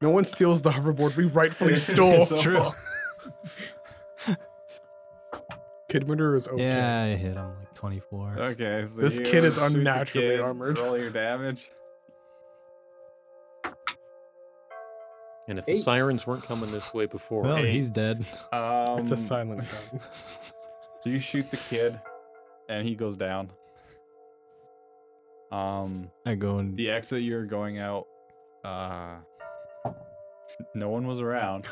No one steals the hoverboard we rightfully stole. It's true. Kidminder is okay. Yeah, I hit him like 24. Okay, so This you kid is shoot the unnaturally kid, armored. Roll your damage. And if the Eight. sirens weren't coming this way before, well, eh, he's dead. Um, It's a silent gun. So you shoot the kid, and he goes down. Um, I go and the exit you're going out, uh, no one was around.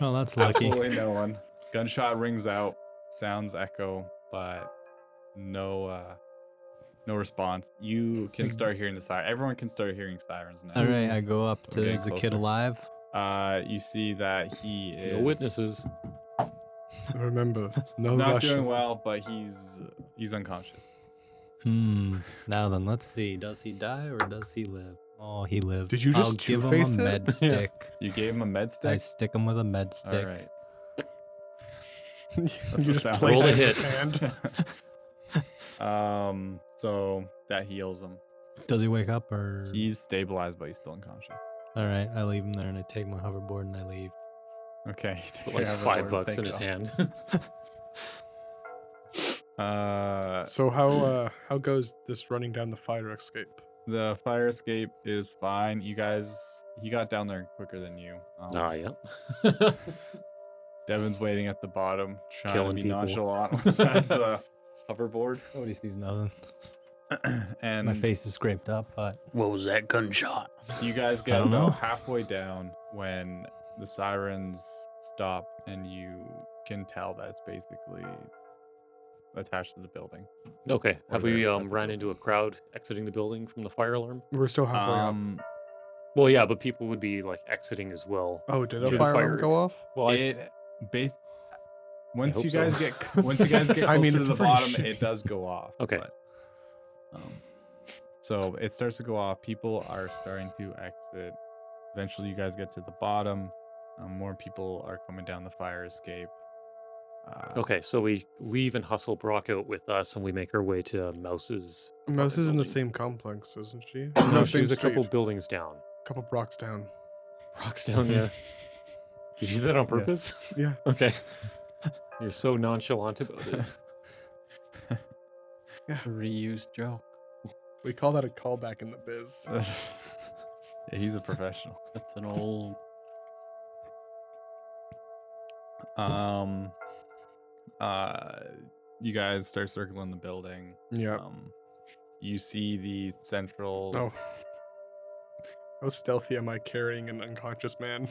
oh, that's lucky. Absolutely no one. Gunshot rings out, sounds echo, but no, uh, no response. You can start hearing the siren. Everyone can start hearing sirens All now. right, I go up to We're getting is the kid closer. alive? Uh, you see that he is no witnesses. Remember, no He's not doing Russian. well, but he's he's unconscious. Hmm. Now then, let's see. Does he die or does he live? Oh, he lived. Did you I'll just give him a two-face it? med Yeah. stick. You gave him a med I stick. stick him with a med All stick. right. you That's the just sound. place it Roll a in hit. his hand. Um, so that heals him. Does he wake up or? He's stabilized, but he's still unconscious. All right, I leave him there and I take my hoverboard and I leave. Okay. Put like yeah, five Lord, bucks thank in his God. hand. Uh, So how uh how goes this running down the fire escape? the fire escape is fine. You guys, he got down there quicker than you. Um, ah, yep. Devin's waiting at the bottom, trying Killing to be people. nonchalant with that uh, hoverboard, Nobody sees nothing. and My face is scraped up, but what was that gunshot? You guys get don't about know. halfway down when the sirens stop, and you can tell that it's basically attached to the building. Okay. Or Have we there, um, that's ran okay. into a crowd exiting the building from the fire alarm? We're still halfway up. Um, Well, yeah, but people would be like exiting as well. Oh, did through a the fire alarm fires. go off? Well, I s- it bas- once hope you so. guys get c- once you guys get I close mean, to it's the pretty bottom, shitty. it does go off. Okay. but, um, so it starts to go off. People are starting to exit. Eventually, you guys get to the bottom. Um, more people are coming down the fire escape. Uh, okay. So we leave and hustle Brock out with us, and we make our way to Mouse's. Mouse is in the building. same complex, isn't she? No, same she's a couple street. buildings down. couple blocks down. Brock's down there. Did you do that on purpose? Yeah. Okay. You're so nonchalant about it. Reused joke. We call that a callback in the biz. yeah, he's a professional. That's an old. Um, uh, you guys start circling the building. Yeah. Um, you see the central. Oh. How stealthy am I carrying an unconscious man?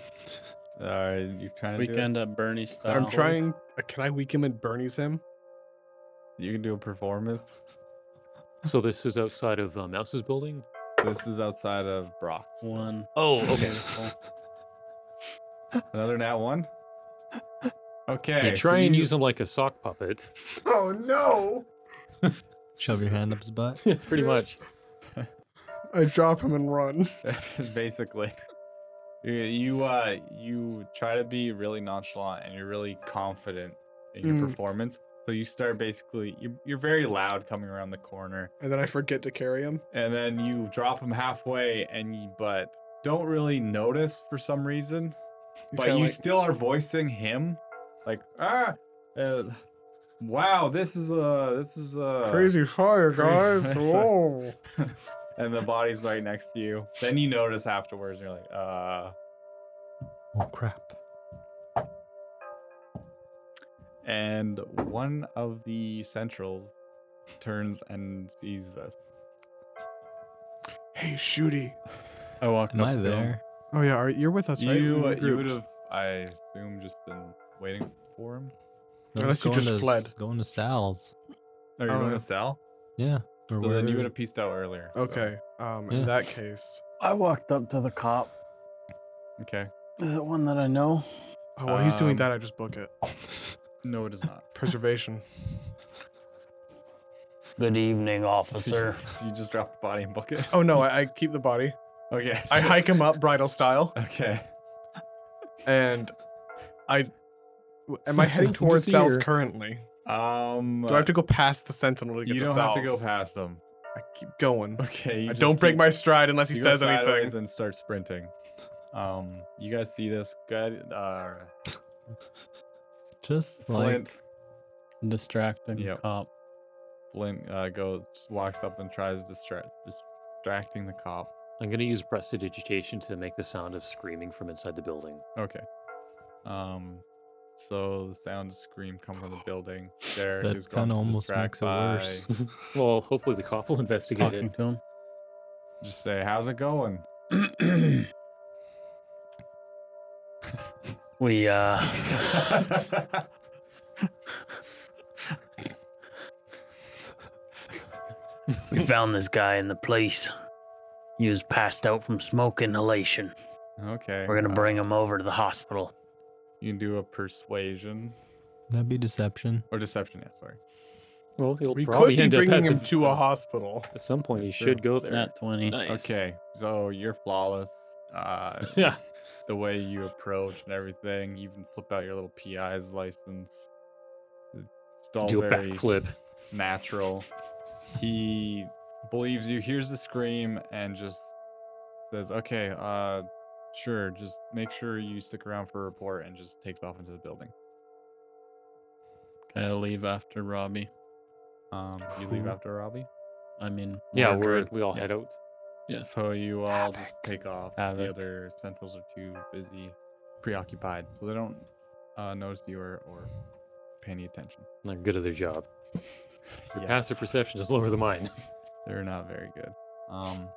Uh, you're trying to do a Weekend at Bernie's style. I'm Ow. trying. uh, Can I weak him and Bernie's him? You can do a performance. So this is outside of uh, Mouse's building. This is outside of Brock's. One. Oh, Beautiful. Another nat one. Okay. You so try and you- use him like a sock puppet. Oh no! shove your hand up his butt. Pretty much. I drop him and run. basically. You, you uh you try to be really nonchalant and you're really confident in your Mm. performance. So you start basically you're, you're very loud coming around the corner And then I forget to carry him. and then you drop him halfway and you but don't really notice for some reason. He's but kinda you like, still are voicing him like ah uh, wow this is uh this is uh crazy fire, guys. crazy- Whoa. and the body's right next to you. Then you notice afterwards and you're like uh Oh crap! and one of the centrals turns and sees this. Hey, shooty. I walk Am up I to him. there? Oh yeah, all right, you're with us, right? We you were uh, you would grouped. have I assume just been waiting for him. No, Unless I'm you just going to- fled. Going to Sal's. Are you Oh, going yeah. to sell? Yeah. So Or then you wherever- would have pieced out earlier. so- Okay. Um, Yeah. in that case, I walked up to the cop. Okay. Is it one that I know? oh, while he's doing Um, that, I just book it. No, it is not. Preservation. Good evening, officer. so you just drop the body and book it. Oh no, I, I keep the body. Okay. I so- hike him up bridal style, Okay. and I am I heading Just towards cells here. currently? Um. Do I have to go past the sentinel to get you to don't have to go cells? past them. I keep going. Okay. you I just don't break keep- my stride unless he you go says sideways anything. And start sprinting. Um, you guys see this guy? Uh, Just Flint. like Distracting Yep. cop. Flint uh, goes, walks up and tries distract, distracting the cop. I'm going to use prestidigitation to make the sound of screaming from inside the building. Okay. Um, so the sound of scream come from the building. Derek is that going kind to of almost distract makes it worse. by- Well, hopefully the cop will investigate Talking it. to Just say, "How's it going?" him. we uh we found this guy in the place. He was passed out from smoke inhalation. okay. We're gonna uh, bring him over to the hospital. You can do a persuasion That'd be deception. or deception. Yeah, sorry. Well, he'll We could probably be end up at, bringing the- him to a hospital. at some point. He That's should go there. Not 20. Okay, so you're flawless. Uh, Yeah. the way you approach and everything. You even flip out your little PI's license. It's all Do a very backflip. natural. He believes you, hears the scream, and just says, "Okay, uh, sure. Just make sure you stick around for a report," and just takes off into the building. Gotta leave after Robbie. Um, you leave Cool. after Robbie. I mean, Yeah, we're, we all head out. Yeah. So you all just take off. The Havoc. other sentinels are too busy, preoccupied, so they don't uh, notice you or, or pay any attention. They're good at their job. Your passive Yes. perception is lower than mine. They're not very good. Um.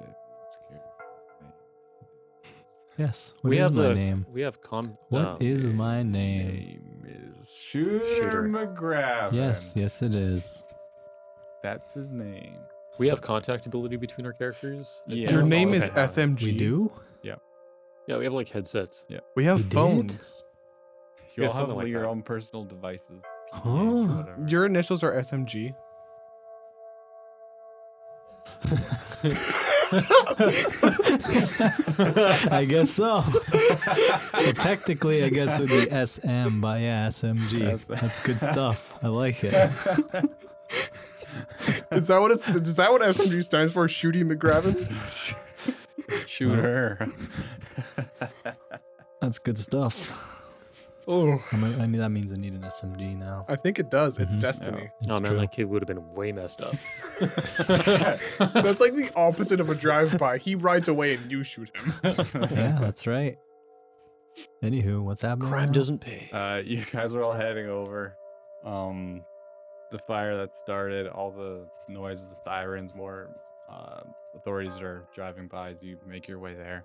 yeah, it's cute. Yes. What is my the name? We have com. uh, What is my name? Name is Shooter, Shooter. McGrath. Yes, yes, it is. That's his name. We have contact ability between our characters. I Yeah. think Your all name of is us have. SMG. We do? Yeah, we have like headsets. We have You did? phones. You Yeah, all have something like your that. own personal devices. PDAs, Huh. whatever. Your initials are SMG. I guess so. well, technically, I guess it would be SM by SMG. That's- That's good stuff. I like it. Is that what it's? Is that what SMG stands for? Shooting McGravins. shooter. That's good stuff. oh, I mean, I mean that means I need an SMG now. Oh, I think it does. It's Mhm. destiny. It's Oh man, true. that kid would have been way messed up. That's like the opposite of a drive-by. He rides away and you shoot him. yeah, that's right. Anywho, what's happening? Crime now? doesn't pay. Uh, you guys are all heading over. Um, the fire that started, all the noise of the sirens, more uh, authorities are driving by as you make your way there.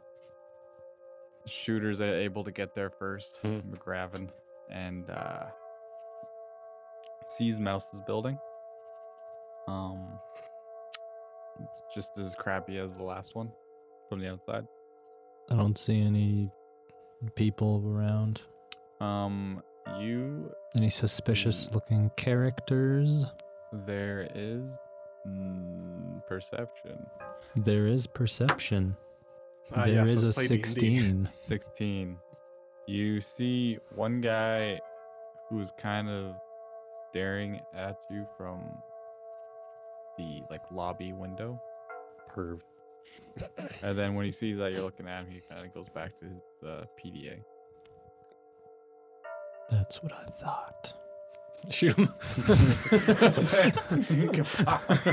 Shooters are able to get there first, Hmm. McGravin, and uh, sees Mouse's building. Um, it's just as crappy as the last one from the outside. I don't see any people around. Um, you Any suspicious looking characters? There is mm, perception. There is perception. Ah, There yes, is let's a play D&D. 16. 16. You see one guy who's kind of staring at you from the like lobby window. Perv. And then when he sees that you're looking at him, he kind of goes back to his uh, PDA. That's what I thought. Shoot him.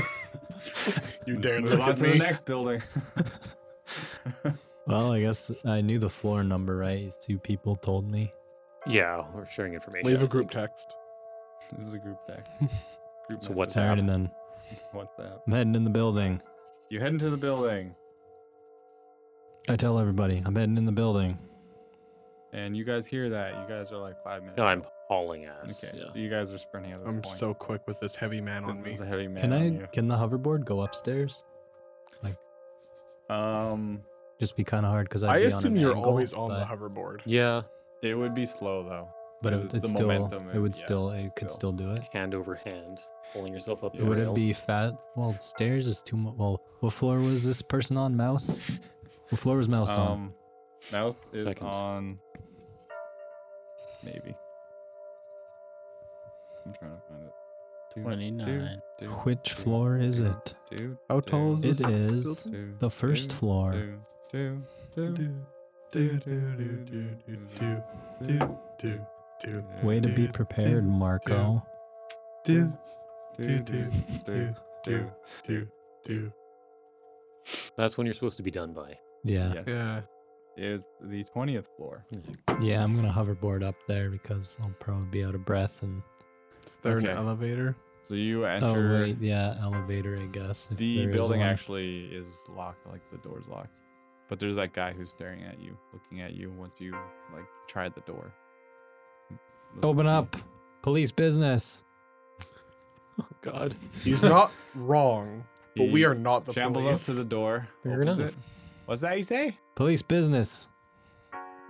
You dare Move look on at to me. the next building. Well, I guess I knew the floor number, right? Two people told me. Yeah, we're sharing information. Leave I a group think. text. it was a group deck. Group So what's message. All right, Yeah. and then What's that? I'm heading in the building. You head into the building. I tell everybody I'm heading in the building. And you guys hear that? You guys are like five minutes. No, I'm out. hauling ass. Okay, Yeah. so you guys are sprinting at this I'm point. so quick with this heavy man on me. This is a heavy man Can on I? you. Can the hoverboard go upstairs? Um, Just be kind of hard because I be on assume an you're angle, always on the but- hoverboard. Yeah, it would be slow though. But 'cause it, it's it's the still, momentum it and- would yeah, still, it could still. still do it. hand over hand, pulling yourself up the Would rail. it be fat? Well, stairs is too much. Well, what floor was this person on? Mouse. What floor was mouse on? Um, mouse is Seconds. on. Maybe. I'm trying to find it. two, 29. two, Which floor is it? two, How tall is two, this It is two, the first two, floor. two, two, two, Way to be prepared, Marco. two, two, two, two. That's when you're supposed to be done by. Yeah. Yes, Yeah. is the twentieth floor. Yeah, I'm gonna hoverboard up there because I'll probably be out of breath and Is there Okay. an elevator? So you oh enter wait, yeah, elevator I guess. if the there is building one. actually is locked, like the door's locked. But there's that guy who's staring at you, looking at you once you like try the door. Open up. Police business. Oh God. He's not wrong, but we are not the shambles police. up to the door. Fair opens enough. it. What's that you say? Police business.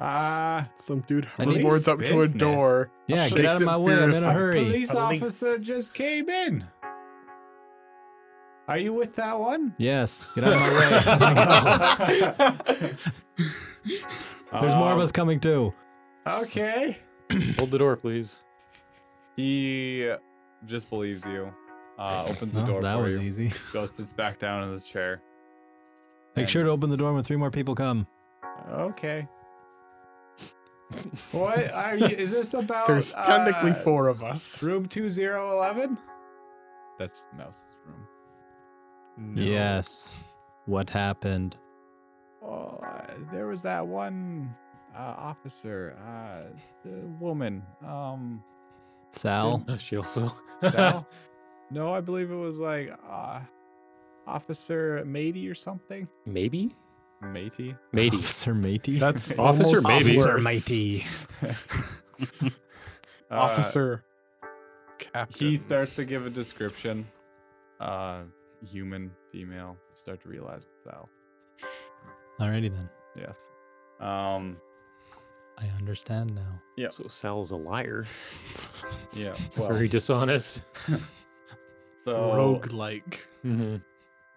Ah, Some dude I need- hoverboards Police up to a business. door. Yeah, Shakes get out of it my way. I'm in furiously. a hurry. police, Police. officer just came in. Are you with that one? Yes, get out of my way. There's more of Um, us coming too. Okay. Hold the door, please. He just believes you. Uh, opens the Well, door Oh, that for was you. easy. Goes sits back down in his chair. Make sure to open the door when three more people come. Okay. what are you? Is this about? There's technically uh, four of us. Room two zero eleven. That's Mouse's room. No. Yes. What happened? Oh, uh, there was that one uh, officer, uh, the woman. Um, Sal? Oh, She also. Sal? no, I believe it was like uh, Officer Matey or something. Maybe. Matey. Maybe. Officer Matey? That's Officer almost Maybe. worse. Officer Matey. Uh, Officer. Captain. he starts to give a description. Uh, human, female. You start to realize it's Sal. Alrighty then. Yes. Um. I understand now. So Sal's a liar. Yeah. Well. Very dishonest. uh, So roguelike. Mm-hmm.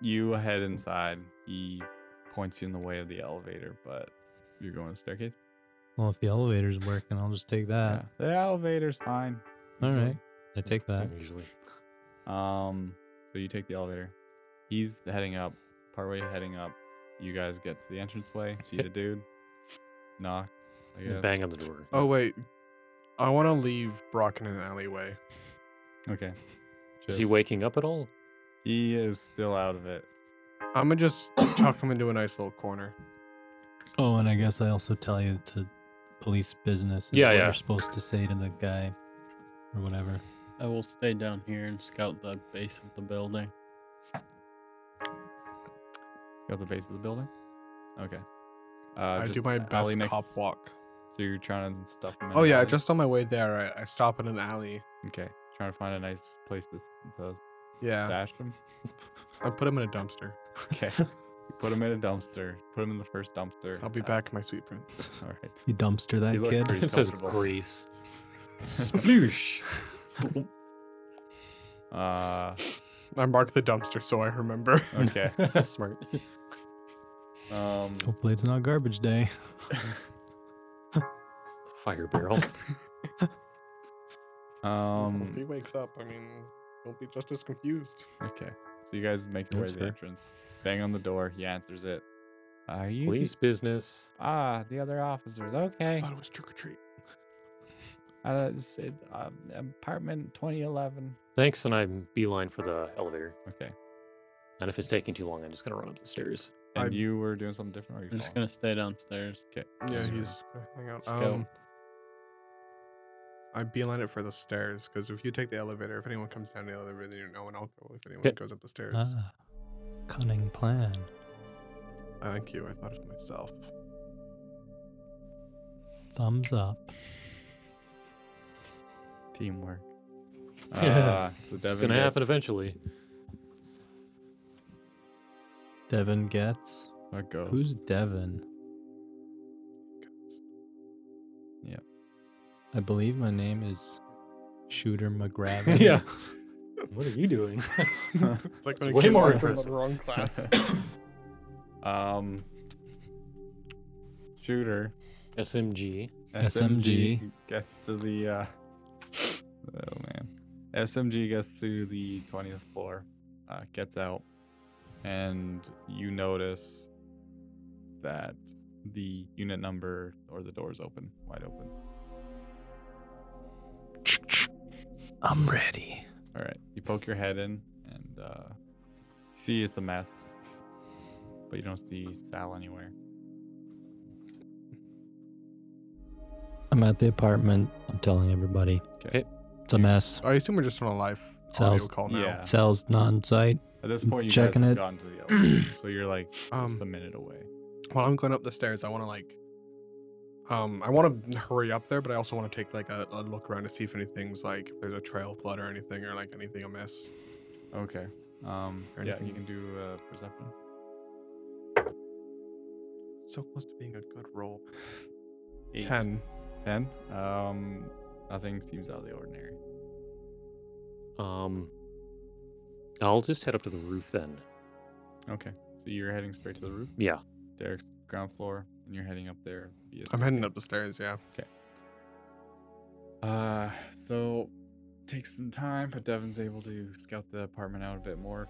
you head inside. He points you in the way of the elevator, but you're going to the staircase. Well, if the elevator's working, I'll just take Uh. Yeah. that. The elevator's fine. Alright. I take that. Usually. Um. So you take the elevator. He's heading up. Partway heading up. You guys get to the entranceway. See the dude. Knock. I guess. Bang on the door. Oh wait, I want to leave Brock in an alleyway. Okay. Is he Just- waking up at all? He is still out of it. I'm gonna just tuck him into a nice little corner. Oh, and I guess I also tell you to police business. Is Yeah, what yeah. You're supposed to say to the guy or whatever. I will stay down here and scout the base of the building. Go to the base of the building. Okay. Uh, I do just my a- alley best next- cop walk. So you're trying to stuff them. in Oh an yeah, alley? just on my way there, I, I stop in an alley. okay. Trying to find a nice place to, s- to Yeah, stash them. I put him in a dumpster. Okay. Put them in a dumpster. Put them in the first dumpster. I'll be Uh, back, my sweet prince. All right. You dumpster that He looks kid. pretty It says comfortable. Greece. Sploosh. Uh, I marked the dumpster so I remember. okay. Smart. Um, Hopefully it's not garbage day. Fire barrel. if he um, wakes up, I mean, don't be just as confused. okay. So you guys make your way That's to the fair. entrance. Bang on the door. He answers it. Are you? the- Police business. Ah, the other officers. Okay. thought it was trick or treat. Uh, it's, it, um, apartment 2011. Thanks, and I'm beeline for the elevator. Okay. And if it's taking too long, I'm just gonna run up the stairs. And I- you were doing something different? Or you I'm just following? gonna stay downstairs. Yeah, Sure. he's gonna hang out. Scout. Um, I beeline it for the stairs because if you take the elevator, if anyone comes down the elevator, then you know, and I'll go if anyone Yeah. goes up the stairs. Ah, cunning plan. Thank you. I thought of myself. Thumbs up. Teamwork. Yeah. Uh, so It's Devin gonna happen gets eventually. Devin gets. a ghost. Who's Devin? Yep. I believe my name is Shooter McGravin. yeah. What are you doing? It's like when Way a kid more walks into the impressive. wrong class. um, shooter SMG. SMG. gets to the. Uh, oh man, SMG gets to the 20th floor, uh, gets out, and you notice that the unit number or the door is open, wide open. I'm ready. All right, you poke your head in and uh, see it's a mess, but you don't see Sal anywhere. I'm at the apartment. I'm telling everybody. 'Kay. It's a mess. I assume we're just on a live Sounds- audio call now. Yeah. Sal's not in sight. At this point, you Checking guys have gotten it. to the elevator, so you're like just Um, a minute away. While I'm going up the stairs, I want to like, um, I want to hurry up there, but I also want to take like a, a look around to see if anything's like if there's a trail of blood or anything or like anything amiss. Okay. Um, Or yeah, anything. you can do uh, perception. So close to being a good roll. Eight. Ten. Ten. Um, nothing seems out of the ordinary. Um, I'll just head up to the roof then. Okay. So you're heading straight to the roof. Yeah. Derek's ground floor, and you're heading up there. via I'm heading up the stairs. Yeah. Uh, so takes some time, but Devin's able to scout the apartment out a bit more.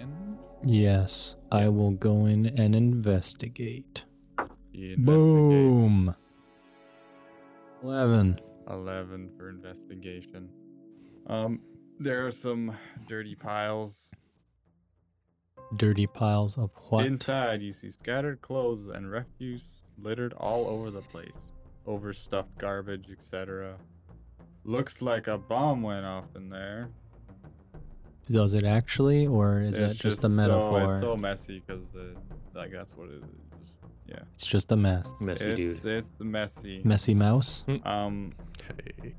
And Yes, I will go in and investigate. you investigate. Boom. Eleven. 11 for investigation. Um, there are some dirty piles. Dirty piles of what? Inside, you see scattered clothes and refuse littered all over the place. Overstuffed garbage, etc. Looks like a bomb went off in there. Does it actually, or It's is that just, a metaphor? So, it's so messy because the like that's what it is. Just, yeah, It's just a mess. Messy it's dude. it's messy. Messy mouse. Um, Hey.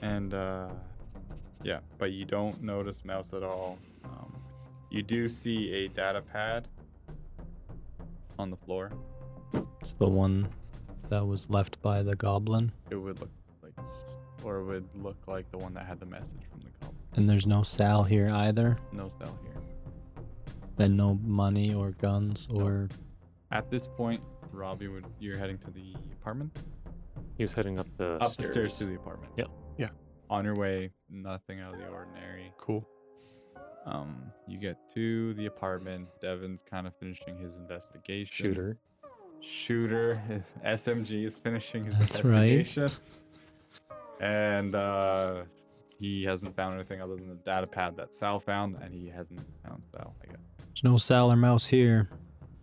and uh, yeah, but you don't notice mouse at all. Um, you do see a data pad on the floor. It's the one that was left by the goblin, It would look like, or it would look like the one that had the message from the call. and there's no Sal here either, No cell here. and no money or guns or At this point, Robbie, would you're heading to the apartment? He was heading up the Up the stairs to the apartment. Yep. Yeah. On your way, nothing out of the ordinary. Cool. Um, you get to the apartment. Devin's kind of finishing his investigation. shooter. Shooter. His SMG is finishing his That's right. investigation. And uh, he hasn't found anything other than the data pad that Sal found, and he hasn't found Sal, I guess. There's no Sal or Mouse here.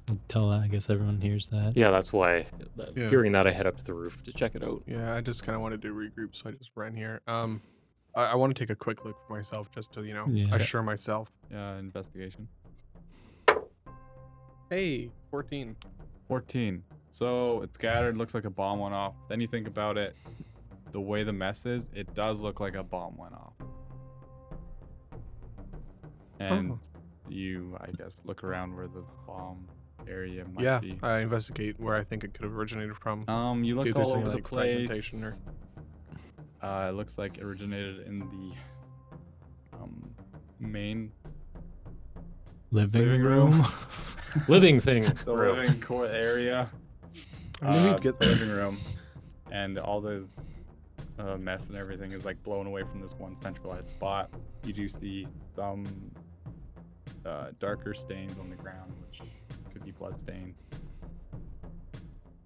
I'll tell that. I guess everyone hears that. Yeah, that's why. that- Yeah. Hearing that, I head up to the roof to check it out. Yeah. I just kind of wanted to regroup, so I just ran here. Um, I, I want to take a quick look for myself just to you know Yeah. assure myself. Uh, investigation. Hey, fourteen. 14. So it's scattered, looks like a bomb went off. Then you think about it, the way the mess is, it does look like a bomb went off. And Oh. you, I guess, look around where the bomb area might yeah. be. I investigate where I think it could have originated from. Um, you See look if there's all any, over the like, place. fragmentation or- Uh, it looks like it originated in the um, main Living, Living room. room. Living thing. the room. living core area. I mean, we'd uh, get the there. living room, and all the uh, mess and everything is like blown away from this one centralized spot. You do see some uh, darker stains on the ground, which could be blood stains.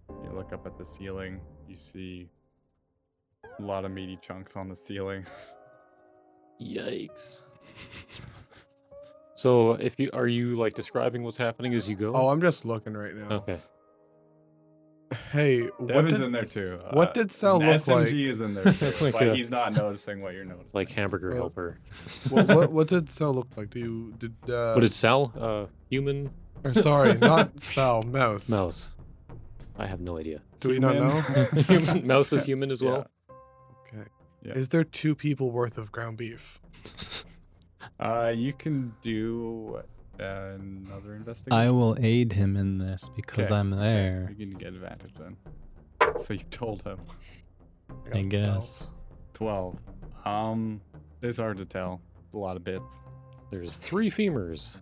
You look up at the ceiling. You see a lot of meaty chunks on the ceiling. Yikes. So, if you are you like describing what's happening as you go? Oh, I'm just looking right now. okay. Hey, what Devin's did, Oh. in there too. Uh, what did Sal an look SMG like? is in there, too, It's like but a- he's not noticing what you're noticing. Like hamburger Uh, helper. what, what, what did Sal look like? Do you did? Uh, What did Sal? Uh, human or sorry, not Sal, mouse. mouse. I have no idea. Do we not Human. know? Human- mouse is human as Yeah. well. Okay. Yeah. Is there two people worth of ground beef? Uh, you can do another investigation. I will aid him in this because Okay, I'm there. You can get advantage then. So you told him got I no. guess. twelve. Um, it's hard to tell. It's a lot of bits. There's three femurs.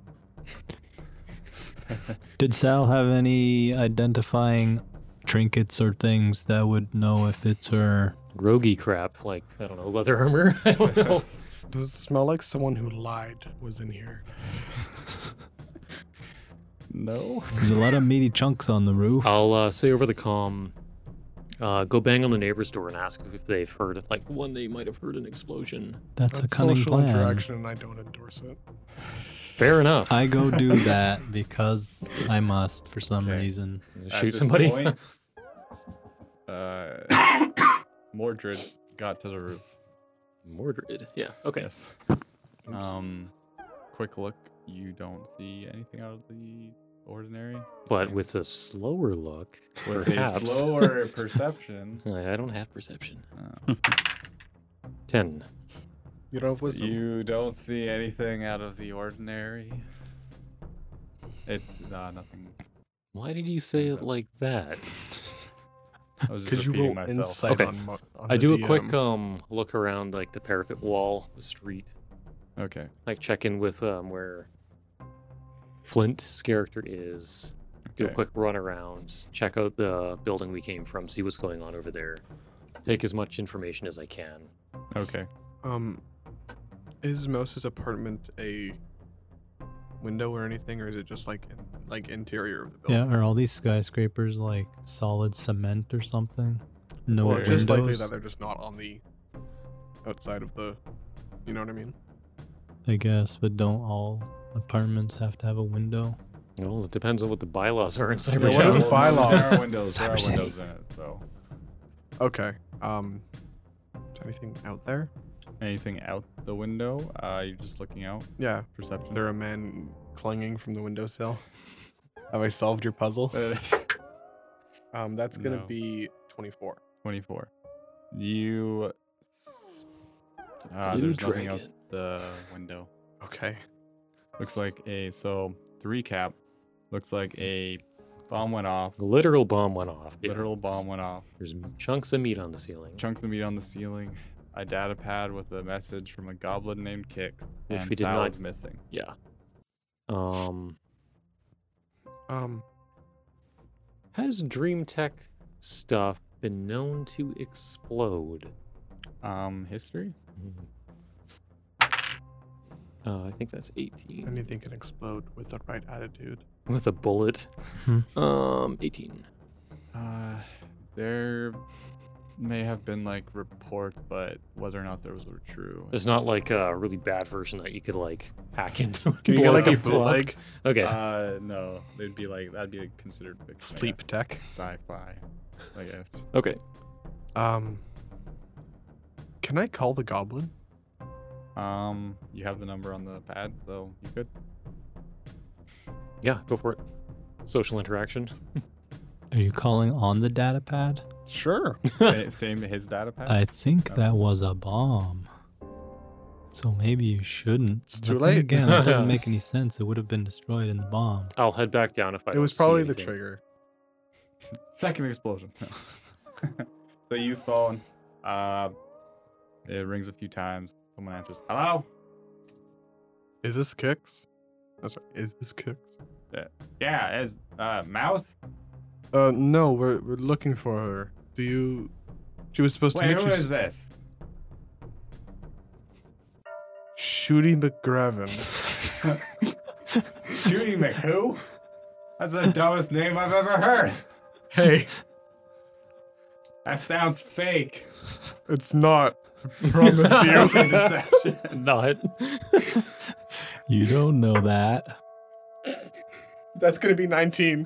Did Sal have any identifying trinkets or things that would know if it's her groggy crap, like I don't know, leather armor. I don't know. Does it smell like someone who lied was in here? No. There's a lot of meaty chunks on the roof. I'll uh, say over the comm, uh, go bang on the neighbor's door and ask if they've heard. Like one, they might have heard an explosion. That's a That's cunning social plan. interaction, and I don't endorse it. Fair enough. I go do that because I must for some Okay. reason. At Shoot this somebody. point, uh, Mordred got to the roof. Mordred. Oh, Yeah. Okay. Yes. Um, quick look. You don't see anything out of the ordinary. You But think with a slower look, with a perhaps. slower perception, I I don't have perception. uh, Ten. You don't have wisdom. you don't see anything out of the ordinary. It uh, nothing. Why did you say it like that? I was just Could you repeating roll myself. insight Okay. on, Mo- on I the do a DM? quick um look around, like the parapet wall, the street, Okay. like check in with um where Flint's character is. Do a Okay. quick run around, check out the building we came from, see what's going on over there. Take as much information as I can. Okay. Um, is Mouse's apartment a window or anything, or is it just like in, like interior of the building? Yeah, are all these skyscrapers like solid cement or something? No Well, windows. just likely that they're just not on the outside of the. You know what I mean? I guess, but don't all apartments have to have a window? Well, it depends on what the bylaws are in Yeah, Cybertown. what are the Well, no, There bylaws? are windows. There are Cyber City. windows in it. So Okay. Um, is anything out there? anything out the window? Uh, you're just looking out. Yeah. Is Perception. there a man clinging from the windowsill? Have I solved your puzzle? Um, that's gonna No. be twenty-four. 24. You. s- Uh, Blue there's nothing dragon. else at the window. Okay. Looks like a. So, to recap, looks like a bomb went off. The literal bomb went off. yeah. Literal bomb went off. There's chunks of meat on the ceiling, Chunks of meat on the ceiling. A data pad with a message from a goblin named Kix. which and we did Sal not. is missing. Yeah. Um, Um, has Dream Tech stuff been known to explode? Um, history? Mm-hmm. Uh, I think that's 18. anything can explode with the right attitude. With a bullet. um, 18. Uh, there may have been like report, but whether or not those were true. It's not like a really bad version that you could like hack into. and Can you get blow like a people up. bootleg Okay. Uh, no, they'd be like that'd be considered fiction, I sleep guess. tech? sci-fi, I guess. okay. Um, can I call the goblin? Um, you have the number on the pad, so you could. Yeah, go for it. Social interaction. Are you calling on the data pad? Sure. Sa- Same his data pad. I think that was a bomb. So maybe you shouldn't. It's too But then late. Again, that doesn't make any sense. It would have been destroyed in the bomb. I'll head back Oh, down if I. It was don't see probably the anything. trigger. Second explosion. No. so you phone. Uh, it rings a few times. Someone answers. Hello. Is this kicks? That's right. Is this kicks? Yeah, is uh mouse. Uh, no, we're we're looking for her. Do you? She was supposed Wait, to who meet you. is this? Shooty McGravin. Judy McWho? That's the dumbest name I've ever heard. hey, That sounds fake. it's not. I promise you. Deception. Not. You don't know that. That's gonna be nineteen.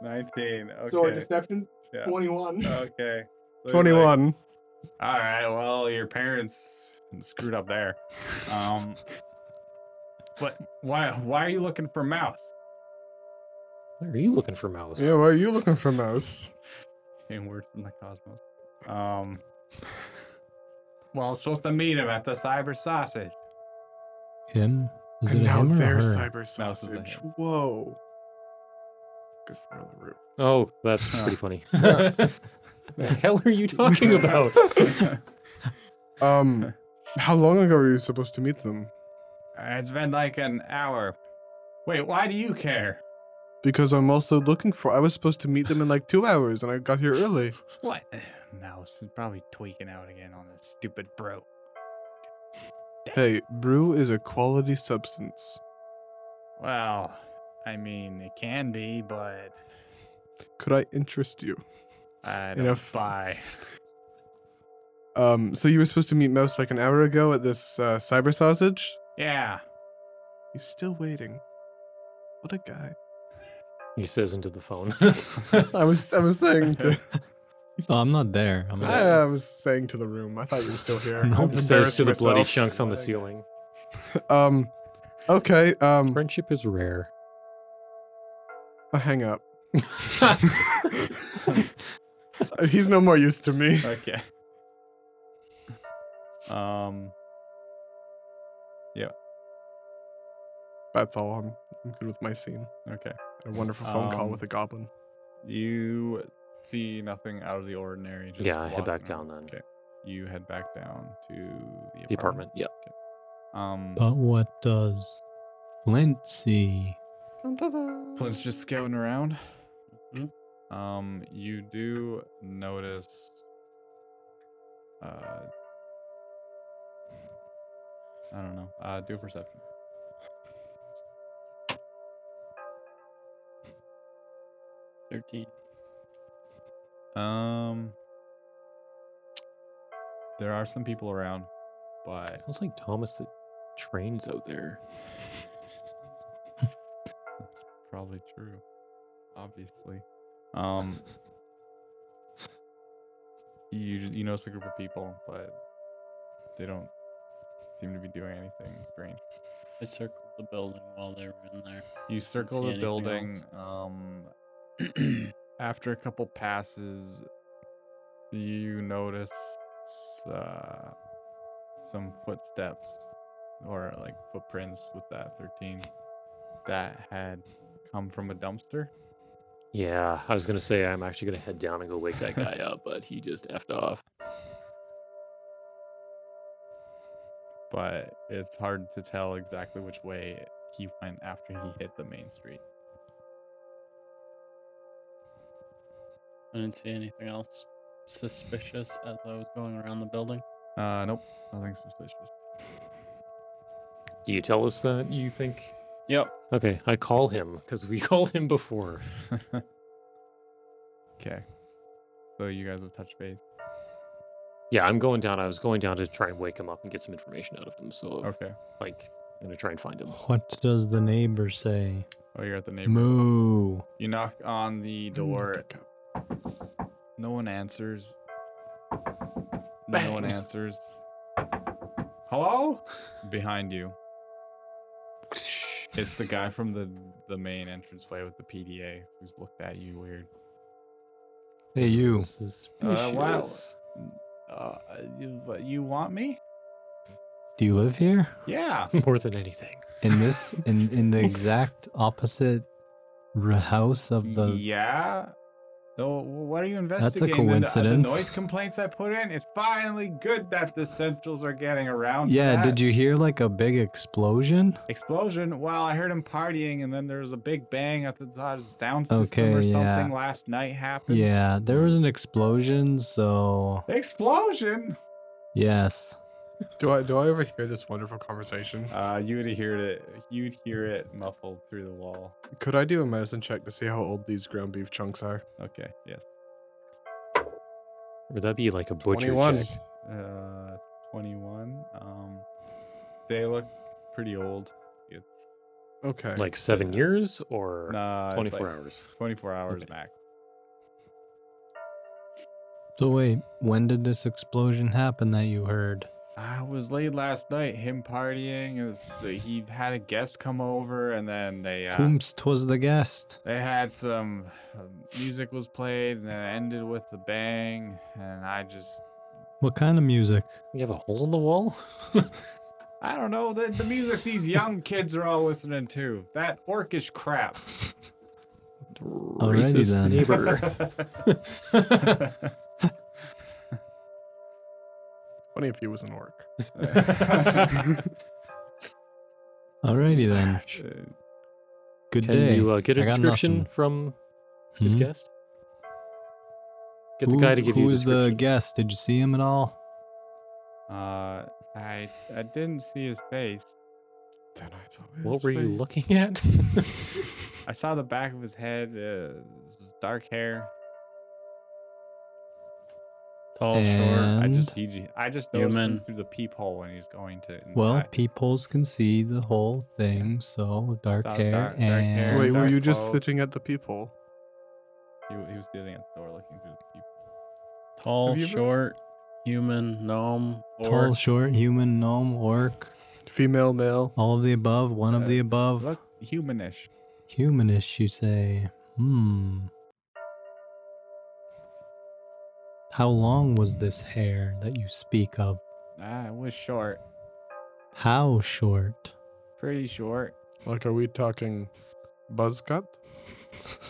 19. Okay. deception. Yeah. Twenty-one. Okay. So he's like, Twenty-one. All right. Well, your parents screwed up there. Um. But why? Why are you looking for Mouse? Where are you looking for mouse? Yeah, why are you looking for mouse? Same word from the cosmos. Um. Well, I'm supposed to meet him at the Cyber Sausage. Him? Is and it a now him or a they're her? cyber Mouse is a sausage. him. Whoa. Because they're on the roof. Oh, that's pretty Oh. funny. the hell are you talking about? Um, how long ago were you supposed to meet them? It's been like an hour. Wait, why do you care? because I'm also looking for. I was supposed to meet them in like two hours, and I got here early. What? Mouse is probably tweaking out again on this stupid bro. Hey, brew is a quality substance. Well, I mean, it can be, but Could I interest you? I You don't know, buy. Um, so you were supposed to meet Mouse like an hour ago at this uh, cyber sausage. Yeah. He's still waiting. What a guy! He says into the phone. I was I was saying to Oh, I'm not there. I'm I, not. I was saying to the room. I thought you were still here. No, I've he says embarrassed to the bloody myself. chunks on the Like, ceiling. Um, okay. Um, Friendship is rare. I hang up. He's no more used to me. Okay. Um. That's all. I'm, I'm good with my scene. Okay. A wonderful phone call Um, with a goblin. You see nothing out of the ordinary. Just yeah, I head back walking down around. then. Okay. You head back down to the, The apartment. Yeah. Um. But what does Flint see? Flynn's just scouting around. Um, you do notice. Uh, I don't know. Uh, do a perception. Thirteen. Um, there are some people around, but Sounds like Thomas the trains out there. that's probably true. Obviously, um, you you notice a group of people, but they don't seem to be doing anything strange. I circled the building while they were in there. You circle the see anything building. Um, after a couple passes, you notice uh, some footsteps or like footprints with that 13 that had come from a dumpster. Yeah, I was gonna say I'm actually gonna head down and go wake that guy up, but he just effed off. but it's hard to tell exactly which way he went after he hit the main street. I didn't see anything else suspicious as I was going around the building. Uh, nope, nothing suspicious. Do you tell us that you think? Yep. Okay, I call him because we called him before. Okay, so you guys have touched base. Yeah, I'm going down. I was going down to try and wake him up and get some information out of him. So, if, Okay, like, I'm gonna try and find him. What does the neighbor say? oh, you're at the neighborhood. Moo. You knock on the door. No one answers. No one Bang. answers. Hello? Behind you. It's the guy from the the main entranceway with the PDA who's looked at you weird. Hey, you. Uh, wow. Suspicious. Uh, you, but you want me? Do you live here? Yeah. More than anything. In this, in in the exact opposite r- house of the. yeah. So what are you a investigating? The- The, the coincidence. noise complaints I put in. It's finally good that the centrals are getting around. to Yeah. that. Did you hear like a big explosion? explosion. Well, I heard him partying, and then there was a big bang at the side of the sound system Okay, or yeah. something last night happened. Yeah, there was an explosion. So Explosion. yes, Do I do I ever hear this wonderful conversation? Uh, you would hear it. You'd hear it muffled through the wall. Could I do a medicine check to see how old these ground beef chunks are? Okay. Yes. Would that be like a butcher? 21. check? Uh, twenty-one. Um, they look pretty old. It's Okay. Like seven years or nah, it's 24 like hours? Twenty-four hours Okay. max. so wait, when did this explosion happen that you heard? I was late last night. Him partying. It was, uh, he had a guest come over, and then they uh, Whomst was the guest. They had some uh, music was played, and then it ended with the bang. And I just, What kind of music? You have a hole in the wall? I don't know the, the music these young kids are all listening to. That orcish crap. Alrighty Racist then. neighbor. Funny if he was an orc. Uh, Alrighty then. Good Can day. you uh, get a I got description nothing. from his Mhm. guest? Get the guy Who- to give who you a was the description. guest? Did you see him at all? Uh, I I didn't see his face. Then I saw what his were you face. looking at? I saw the back of his head, uh, s- dark hair, tall, short. I just he, I just noticed him Human. through the peephole when he's going to. Inside. Well, peepholes can see the whole thing, so dark Saw hair dark- dark hair. and Wait, were dark you just clothes. sitting at the peephole? he, w- he was standing at the door looking through the peephole. Tall, Have you ever- short, human, gnome, tall, orc. short, human, gnome, orc, Female, male. all of the above, one Uh, of the above, Look humanish. humanish, you say. Hmm. How long was this hair that you speak of? Ah, it was short, How short? pretty short. Like, are we talking buzz cut?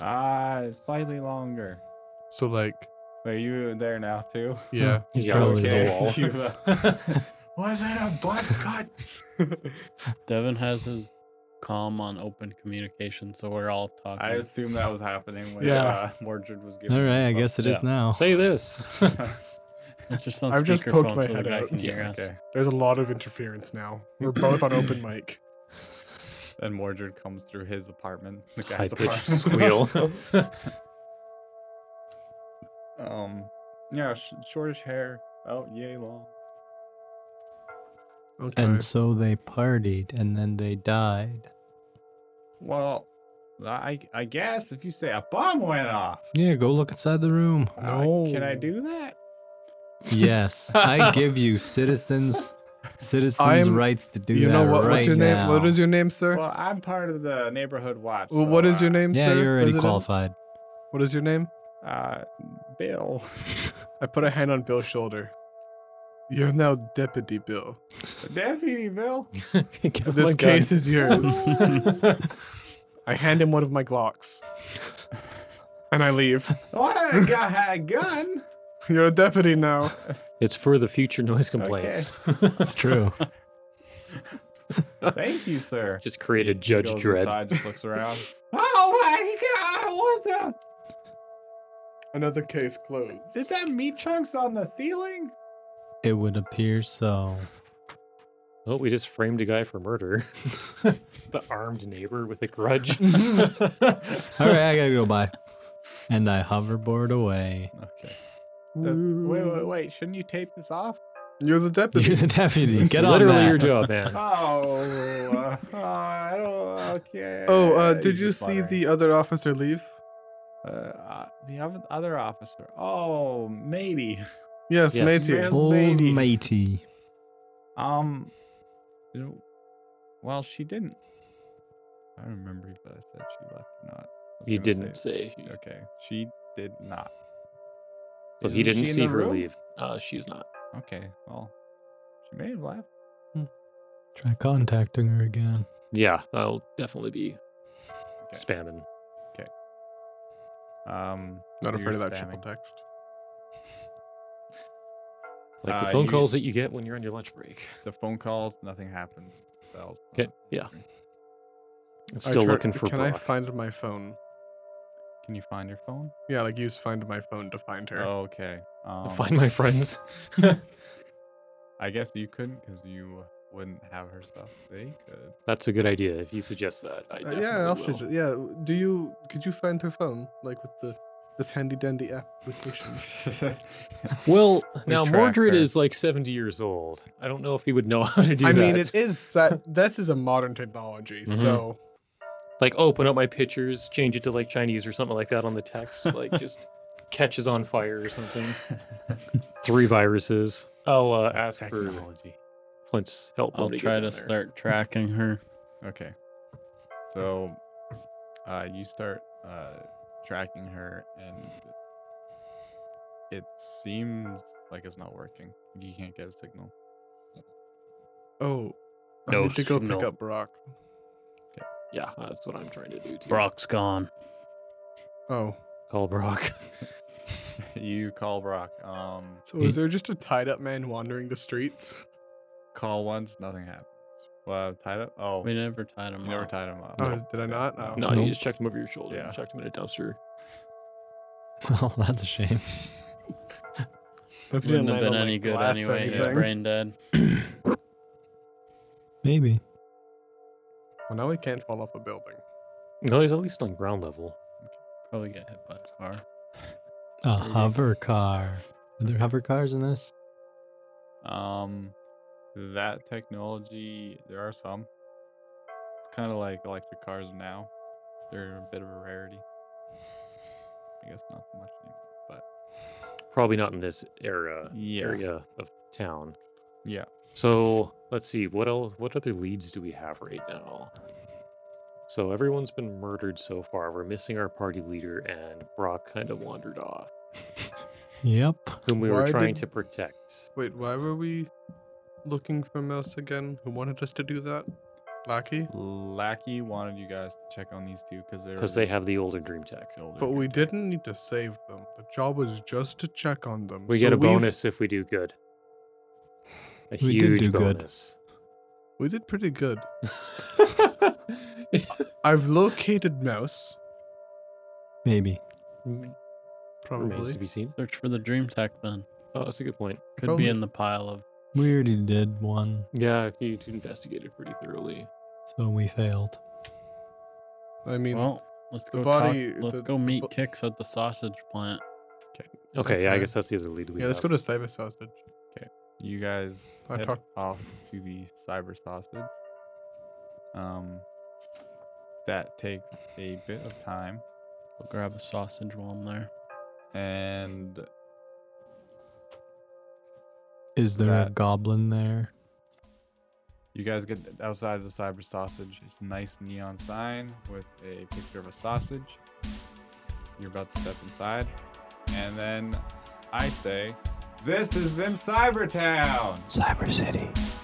Ah, slightly longer. So, like, Are you there now too? yeah. He's Yeah, going through okay. the wall. You, uh, was it a butt cut? Devin has his calm on open communication, so we're all talking. I assume that was happening when Yeah. uh, Mordred was giving. All me right, I the guess it is yeah. now. Say this. It's just on I've just poked my speakerphone so the head guy out. can Yeah, hear us. okay. There's a lot of interference now. We're both on open mic. Then Mordred comes through his apartment. The High guy's pitched apartment. squeal. um, yeah, sh- shortish hair, Oh, yay long. Okay. And so they partied and then they died. Well, I I guess if you say a bomb went off, Yeah, go look inside the room. uh, can I No. do that? Yes, I give you citizens citizens I'm- rights to do you that know what? right what's your now. name? What is your name, sir? Well, I'm part of the neighborhood watch. Well, so, what is uh, your name, yeah, sir? you're already resident? qualified. What is your name? Uh, Bill. I put a hand on Bill's shoulder. You're now Deputy Bill. Deputy Bill. Give him this my gun. case is yours. I hand him one of my Glocks. And I leave. What? Oh, I got a gun. You're a deputy now. It's for the future noise complaints. It's true. Thank you, sir. Just created Judge Goes Dredd. inside, just looks around. oh my God! What the? Another case closed. Is that meat chunks on the ceiling? It would appear so. Oh, we just framed a guy for murder. the armed neighbor with a grudge. All right, I gotta go. Bye. And I hoverboard away. Okay. That's, wait, wait, wait. Shouldn't you tape this off? You're the You're deputy. the deputy. Get on Literally that. your job, man. Oh, uh, oh, I don't. Okay. oh, uh, He's did you just see muttering. the other officer leave? Uh, uh, the oth- other officer? Oh, matey. Yes, Yes. matey. Yes. Old matey. matey. Um. you know, Well, she didn't. I don't remember if I said she left or not. I was You gonna didn't say- say. Okay, she did not. So he Isn't didn't she in see the her room? leave. Uh, she's not. Okay, well, she may have left. Try contacting her again. Yeah, I'll definitely be spamming. Um, Not so you're afraid of that triple spamming. text. Like the Uh, phone you- calls that you get when you're on your lunch break. The phone calls, nothing happens. uh, Cells. Okay, nothing. yeah. I'm I still tur- looking for Can I Brock. find my phone? Can you find your phone? Yeah, like use find my phone to find her. Oh, Okay. Um, find my friends. I guess you couldn't because you wouldn't have her stuff. They could. That's a good idea. If you suggest that, I Uh, definitely yeah, I'll will. suggest- yeah. w- Do you could you find her phone like with the this handy dandy application? Well, We now track Mordred her. is like 70 years old. I don't know if he would know how to do I that. mean, it is that this is a modern technology, Mhm. so like open up my pictures, change it to like Chinese or something like that on the text, like just catches on fire or something. Three viruses. I'll uh, ask for Flint's help. I'll when they get try down to there. start tracking her. Okay. So, uh, you start uh, tracking her, and it seems like it's not working. You can't get a signal. oh, I No need to go pick signal. up Brock. Yeah, that's what I'm trying to do. Too. Brock's gone. Oh, call Brock. you call Brock. Um, so is there just a tied up man wandering the streets? call once, nothing happens. Well, tied up. Oh, We never tied him you never up. tied him up. Oh, did I not? No. Oh. No, Nope. you just chucked him over your shoulder. Yeah. and Chucked him in a dumpster. Oh, that's a shame. If you Wouldn't didn't have land been on, like, any good glass or anyway. He's anything. brain dead. Maybe. Well, now he can't fall off a building. No, he's at least on ground level. Probably get hit by a car. A hover car. Are there hover cars in this? Um, that technology, there are some. It's kind of like electric cars now. They're a bit of a rarity. I guess not so much anymore. Probably not in this era Yeah. area of town. Yeah. So let's see. What else? What other leads do we have right now? So everyone's been murdered so far. We're missing our party leader, and Brock kind of wandered off, Yep. whom we Why were did- trying to protect. Wait, why were we looking for Mouse again? Who wanted us to do that? Lackey? Lackey wanted you guys to check on these two because they're Because they have the older dream tech. older. But we dudes. didn't need to save them. The job was just to check on them. We So get a we've- bonus if we do good. We A did huge do good. bonus. We did pretty good. I've located Mouse, Maybe. probably. Remains to be seen. Search for the dream tech then. Oh, that's a good point. Could Probably- be in the pile of. We already did one, Yeah, you investigated pretty thoroughly. so we failed. I mean, Well, let's the go. talk- body- let's the- go the meet bo- Kicks at the sausage plant. Okay, yeah, I Okay. guess that's the other lead we yeah, let's go have. to Cyber Sausage. you guys I head talked- off to the cyber sausage. Um, that takes a bit of time, We'll grab a sausage while I'm there. and Is there a That- goblin there? You guys get outside of the cyber sausage. It's a nice neon sign with a picture of a sausage. You're about to step inside. And then I say, This has been Cybertown! Cyber City.